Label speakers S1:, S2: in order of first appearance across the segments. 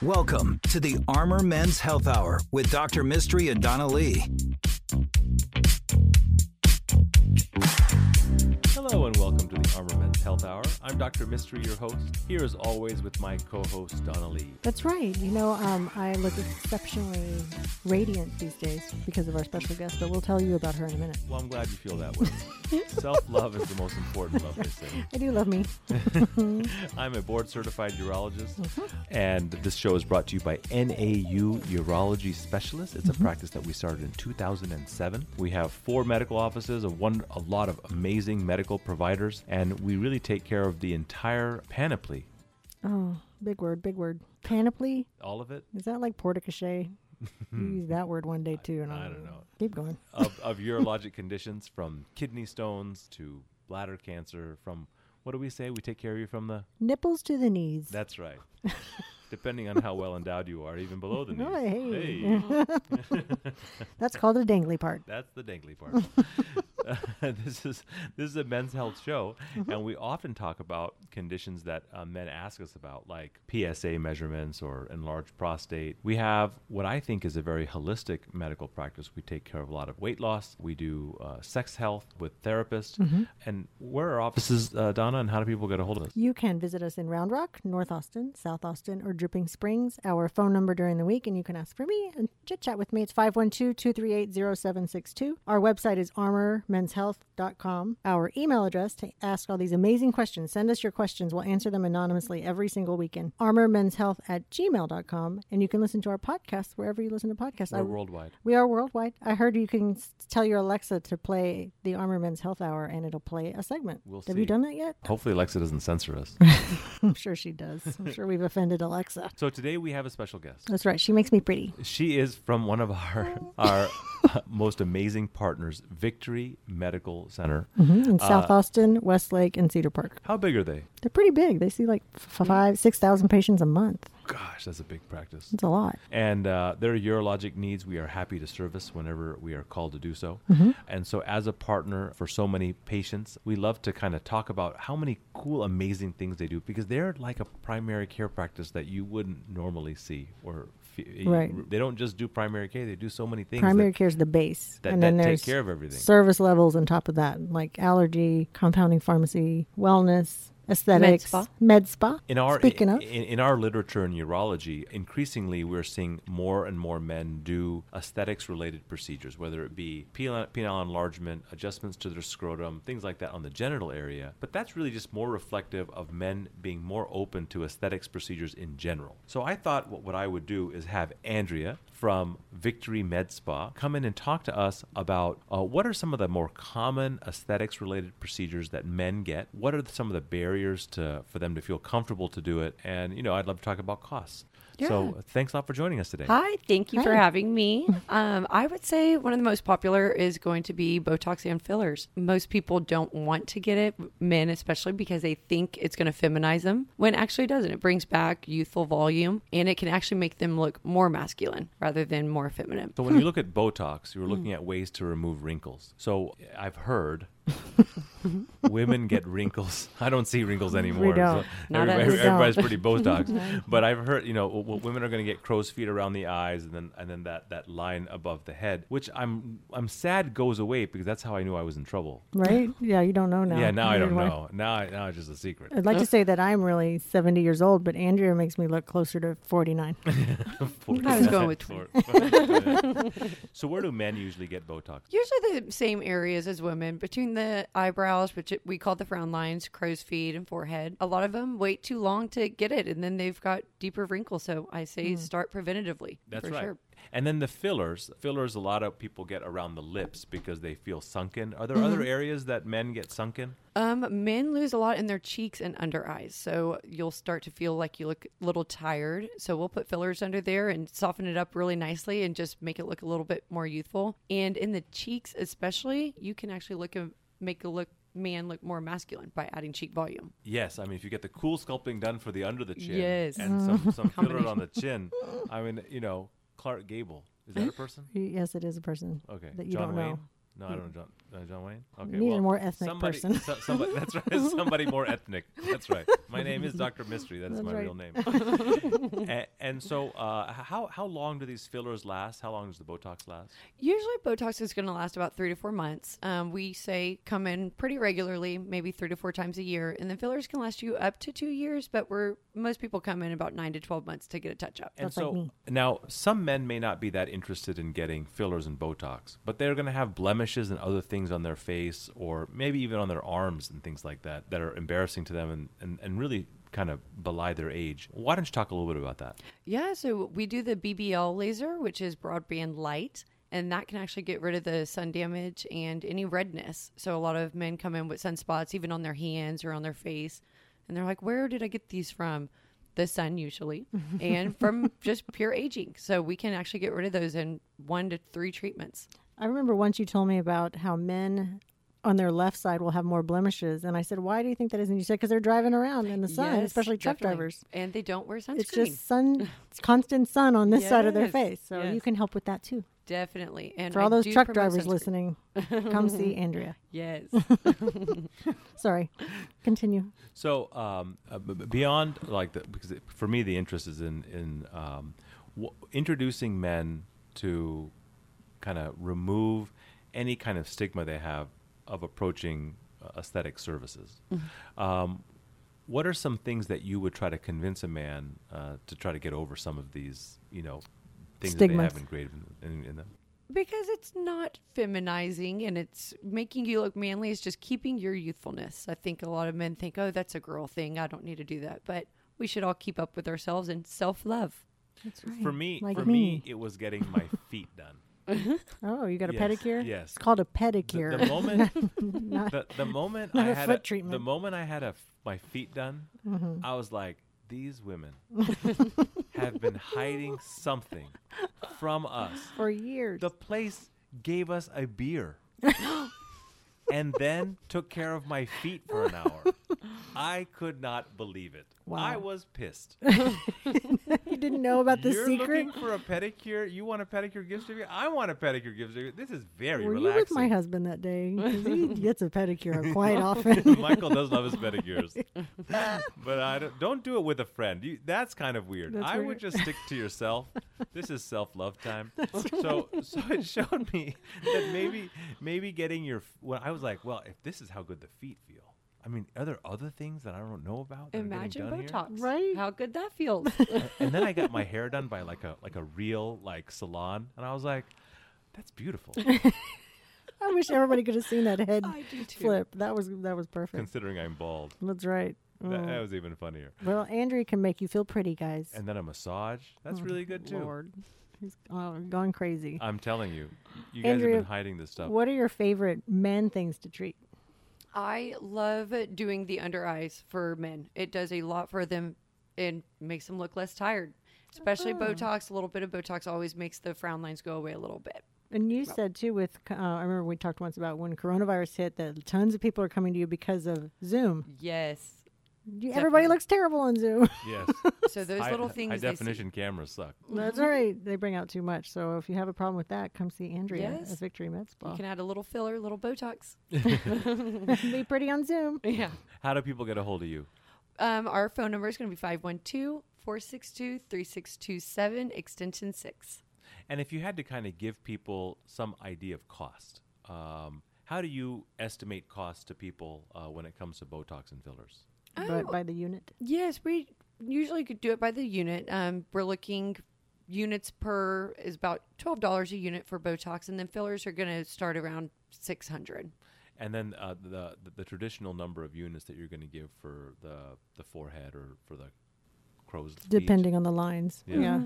S1: Welcome to the Armor Men's Health Hour with Dr. Mystery and Donna Lee.
S2: Hello and welcome to the Armor Men's Health Hour. I'm Dr. Mystery, your host, here as always with my co host, Donna Lee.
S3: That's right. You know, um, I look exceptionally radiant these days because of our special guest, but we'll tell you about her in a minute.
S2: Well, I'm glad you feel that way. Self love is the most important love, they say.
S3: I do love me.
S2: I'm a board certified urologist, and this show is brought to you by NAU Urology Specialist. It's a practice that we started in 2007. We have four medical offices and one a lot of amazing medical providers, and we really take care of the entire panoply.
S3: Oh, big word, big word. Panoply?
S2: All of it
S3: Is that like porticochet? you use that word one day too, and
S2: I
S3: I'll-
S2: don't know.
S3: Keep going.
S2: of, of urologic conditions from kidney stones to bladder cancer, from what do we say? We take care of you from the.
S3: Nipples to the knees.
S2: That's right. Depending on how well endowed you are, even below the knees.
S3: Oh, hey.
S2: Hey.
S3: That's called a dangly part.
S2: That's the dangly part. Uh, this is this is a men's health show, and we often talk about conditions that uh, men ask us about, like PSA measurements or enlarged prostate. We have what I think is a very holistic medical practice. We take care of a lot of weight loss. We do uh, sex health with therapists, and where are offices, uh, Donna, and how do people get a hold of us?
S3: You can visit us in Round Rock, North Austin, South Austin, or Dripping Springs. Our phone number during the week, and you can ask for me and chit chat with me. It's 512 238 0762. Our website is armormenshealth.com. Our email address to ask all these amazing questions. Send us your questions. We'll answer them anonymously every single weekend. Armormenshealth at gmail.com. And you can listen to our podcast wherever you listen to podcasts.
S2: We're
S3: I-
S2: worldwide.
S3: we are worldwide. I heard you can s- tell your Alexa to play the Armor Men's Health Hour and it'll play a segment.
S2: We'll
S3: Have you
S2: see.
S3: done that yet?
S2: Hopefully, Alexa doesn't censor us.
S3: I'm sure she does. I'm sure we've offended Alexa.
S2: so today we have a special guest.
S3: That's right. She makes me pretty.
S2: She is from one of our our uh, most amazing partners, Victory Medical Center.
S3: Hmm, In South Austin, Westlake, and Cedar Park.
S2: How big are they?
S3: They're pretty big. They see like f- five, 6,000 patients a month.
S2: Gosh, that's a big practice.
S3: That's a lot.
S2: And uh, their urologic needs, we are happy to service whenever we are called to do so.
S3: Mm-hmm.
S2: And so, as a partner for so many patients, we love to kind of talk about how many cool, amazing things they do because they're like a primary care practice that you wouldn't normally see. Or fe-
S3: Right.
S2: they don't just do primary care; they do so many things. that-
S3: Primary care is the base.
S2: that-
S3: and then
S2: that take
S3: there's
S2: care of everything.
S3: service levels on top of that, like allergy, compounding pharmacy, wellness, aesthetics,
S4: spa.
S3: med spa.
S2: In our
S3: Speaking
S2: in,
S3: of.
S2: in, in our literature in urology, increasingly we're seeing more and more men do aesthetics related procedures, whether it be penile, penile enlargement, adjustments to their scrotum, things like that on the genital area. But that's really just more reflective of men being more open to aesthetics procedures in general. So I thought what, what I would do is have Andrea from Victory Med Spa come in and talk to us about uh, what are some of the more common aesthetics related procedures that men get. What are some of the barriers to for them to feel comfortable to do it? And you know, I'd love to talk about costs. So thanks a lot for joining us today.
S4: Hi, thank you for
S3: Hi.
S4: having me. Um, I would say one of the most popular is going to be Botox and fillers. Most people don't want to get it, men especially, because they think it's going to feminize them when it actually doesn't. It brings back youthful volume and it can actually make them look more masculine rather than more feminine.
S2: So when you look at Botox, you're looking at ways to remove wrinkles. So I've heard women get wrinkles. I don't see wrinkles anymore.
S3: don't.
S2: So
S4: Not
S2: everybody-
S4: us. We
S2: everybody's pretty Botox. but I've heard, you know, w- w- women are going to get crow's feet around the eyes and then and then that, that line above the head, which I'm I'm sad goes away because that's how I knew I was in trouble.
S3: right? Yeah, you don't know now.
S2: Yeah, now I
S3: Neither
S2: don't
S3: do
S2: know. Now I, now it's just a secret.
S3: I'd like to say that I'm really 70 years old, but Andrea makes me look closer to 49.
S4: I was going with
S2: so where do men usually get Botox?
S4: Usually the same areas as women, between the eyebrows, which we call the frown lines, crow's feet, and forehead. A lot of them wait too long to get it, and then they've got deeper wrinkles. So I say start preventatively.
S2: That's
S4: for
S2: right.
S4: Sure.
S2: And then the fillers. Fillers, a lot of people get around the lips because they feel sunken. Are there
S3: Mm-hmm.
S2: other areas that men get sunken?
S4: Um, men lose a lot in their cheeks and under eyes, so you'll start to feel like you look a little tired. So we'll put fillers under there and soften it up really nicely, and just make it look a little bit more youthful. And in the cheeks, especially, you can actually look and make a look man look more masculine by adding cheek volume.
S2: Yes. I mean, if you get the cool sculpting done for the under the chin
S4: Yes.
S2: and some, some filler on the chin, I mean, you know, Clark Gable. Is that a person?
S3: Yes, it is a person
S2: Okay.
S3: that you
S2: John
S3: don't
S2: Wayne?
S3: know.
S2: No, I don't know John, uh, John Wayne. Okay,
S3: need a
S2: well,
S3: more ethnic
S2: somebody,
S3: person.
S2: so- somebody, that's right. Somebody more ethnic. That's right. My name is Doctor Mystery. That is
S3: That's
S2: my
S3: right.
S2: real name. and, and so, uh, h- how how long do these fillers last? How long does the Botox last?
S4: Usually, Botox is going to last about three to four months. Um, we say come in pretty regularly, maybe three to four times a year, and then fillers can last you up to two years. But we're most people come in about nine to twelve months to get a touch up.
S2: And
S3: That's like
S2: so
S3: me.
S2: now some men may not be that interested in getting fillers and Botox, but they're going to have blemishes and other things on their face or maybe even on their arms and things like that that are embarrassing to them and, and, and really kind of belie their age. Why don't you talk a little bit about that?
S4: Yeah, so we do the BBL laser, which is broadband light, and that can actually get rid of the sun damage and any redness. So a lot of men come in with sunspots, even on their hands or on their face, and they're like, "Where did I get these from?" The sun usually, and from just pure aging. So we can actually get rid of those in one to three treatments.
S3: I remember once you told me about how men on their left side will have more blemishes, and I said, "Why do you think that is?" And you said, "Because they're driving around in the sun,
S4: Yes,
S3: especially truck
S4: definitely.
S3: drivers.
S4: and they don't wear sunscreen.
S3: It's just sun, it's constant sun on this side of their
S4: Yes,
S3: face, so you
S4: yes.
S3: can help with that too."
S4: definitely. And
S3: For
S4: I
S3: all those
S4: do
S3: truck
S4: promote
S3: drivers
S4: sunscreen.
S3: listening, come see Andrea.
S4: yes.
S3: Sorry, continue.
S2: So um, uh, b- b- beyond like the, because it, for me the interest is in in um, w- introducing men to kind of remove any kind of stigma they have of approaching uh, aesthetic services.
S3: Mm-hmm.
S2: Um, what are some things that you would try to convince a man uh, to try to get over some of these, you know, things that
S3: Stigmas.
S2: they have engraved in, in, in them?
S4: Because it's not feminizing and it's making you look manly. It's just keeping your youthfulness. I think a lot of men think, oh, that's a girl thing. I don't need to do that. But we should all keep up with ourselves and self love.
S3: That's right.
S2: For me,
S3: like
S2: for
S3: me.
S2: me, it was getting my feet done.
S3: Oh, you got a
S2: Yes,
S3: pedicure?
S2: yes.
S3: It's called a
S2: The,
S3: pedicure.
S2: the moment
S3: Not-
S2: the, the moment
S3: Not
S2: I
S3: a
S2: had
S3: foot
S2: a, the
S3: treatment. Mm-hmm.
S2: moment I had a, my feet done, I was like, these women have been hiding something from us.
S3: for years.
S2: The place gave us a beer, and then took care of my feet for an hour. I could not believe it. I
S3: Wow.
S2: was pissed.
S3: you didn't know about the
S2: You're
S3: secret?
S2: looking for a pedicure. You want a pedicure gift certificate? I want a pedicure gift certificate. This is very
S3: Were you
S2: relaxing.
S3: with my husband that day? 'Cause He gets a pedicure quite often.
S2: Michael does love his pedicures, but I don't, don't do it with a friend. You, that's kind of weird.
S3: That's
S2: I would
S3: weird.
S2: just stick to yourself. this is self love time. So, so it showed me that maybe, maybe getting your. f- Well, I was like, well, if this is how good the feet feel, I mean, are there other things that I don't know about? That are getting
S4: Imagine
S2: done here?
S4: Botox.
S3: Right?
S4: How good that feels.
S2: And then I got my hair done by like a like a real like salon, and I was like, that's beautiful.
S3: I wish everybody could have seen that head
S4: I do too.
S3: flip. That was that was perfect.
S2: Considering I'm bald,
S3: That's right.
S2: that,
S3: Oh.
S2: that was even funnier.
S3: Well, Andrea can make you feel pretty, guys.
S2: And then a massage. That's really good too.
S3: Lord, he's uh, gone crazy.
S2: I'm telling you, you guys
S3: Andrea,
S2: have been hiding this stuff.
S3: What are your favorite men things to treat?
S4: I love doing the under eyes for men. It does a lot for them and makes them look less tired. Especially
S3: Uh-huh.
S4: Botox. A little bit of Botox always makes the frown lines go away a little bit.
S3: And you said too with uh, I remember we talked once about when coronavirus hit that tons of people are coming to you because of Zoom.
S4: Yes.
S3: You- Everybody
S4: Definitely.
S3: looks terrible on Zoom.
S2: Yes.
S4: So those
S2: High-
S4: little things.
S2: High
S4: they see-
S2: definition cameras suck.
S3: That's all right. They bring out too much. So if you have a problem with that, come see Andrea
S4: Yes.
S3: at Victory Med
S4: You
S3: Spa.
S4: can add a little filler, a little Botox.
S3: Be pretty on Zoom.
S4: Yeah.
S2: How do people get a hold of you?
S4: Um, our phone number is going to be 512 462 3627, extension 6.
S2: And if you had to kind of give people some idea of cost, um, how do you estimate cost to people uh, when it comes to Botox and fillers?
S4: Oh.
S3: But by the unit.
S4: Yes, we usually could do it by the unit. Um, we're looking units per is about $12 a unit for Botox, and then fillers are going to start around 600
S2: And then uh, the, the the traditional number of units that you're going to give for the the forehead or for the crow's feet?
S3: Depending on the lines.
S2: Yeah.
S3: yeah.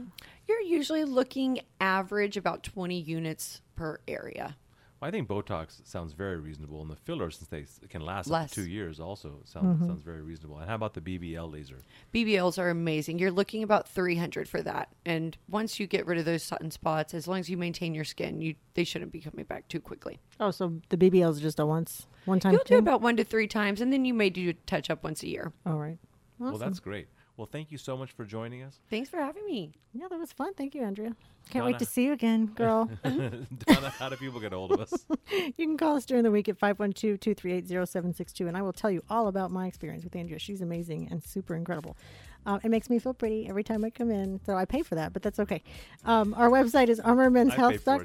S4: You're usually looking average about 20 units per area.
S2: Well, I think Botox sounds very reasonable, and the filler, since they s- can last up
S4: Less. Mm-hmm.
S2: to two years, also sounds sounds very reasonable. And how about the BBL laser?
S4: BBLs are amazing. You're looking about 300 for that. And once you get rid of those sun spots, as long as you maintain your skin, you they shouldn't be coming back too quickly.
S3: Oh, so the BBL is just a once, one time
S4: You'll do
S3: thing?
S4: about one to three times, and then you may do a touch up once a year.
S3: All right.
S2: Well, that's great. Well, thank you so much for joining us.
S4: Thanks for having me.
S3: Yeah, that was fun. Thank you, Andrea. Can't
S2: Donna.
S3: wait to see you again, girl.
S2: Donna, how do people get a hold of us?
S3: you can call us during the week at 512 238 0762, and I will tell you all about my experience with Andrea. She's amazing and super incredible. Uh, it makes me feel pretty every time I come in, so I pay for that, but that's okay. Um, our website is
S2: I pay for it,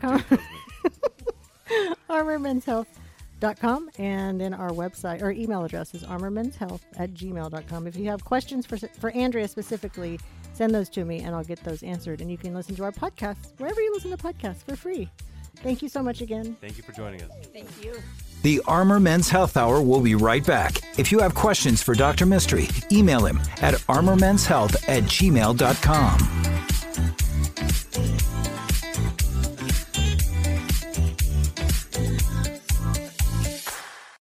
S3: armormenshealth.com.
S2: too, trust me.
S3: armormenshealth.com and then our website or email address is armormenshealth at gmail.com if you have questions for, for andrea specifically send those to me and i'll get those answered and you can listen to our podcast wherever you listen to podcasts for free thank you so much again
S2: Thank you for joining us.
S4: Thank you.
S1: The Armor Men's Health Hour will be right back. If you have questions for Dr. Mystery, email him at armormenshealth at gmail.com.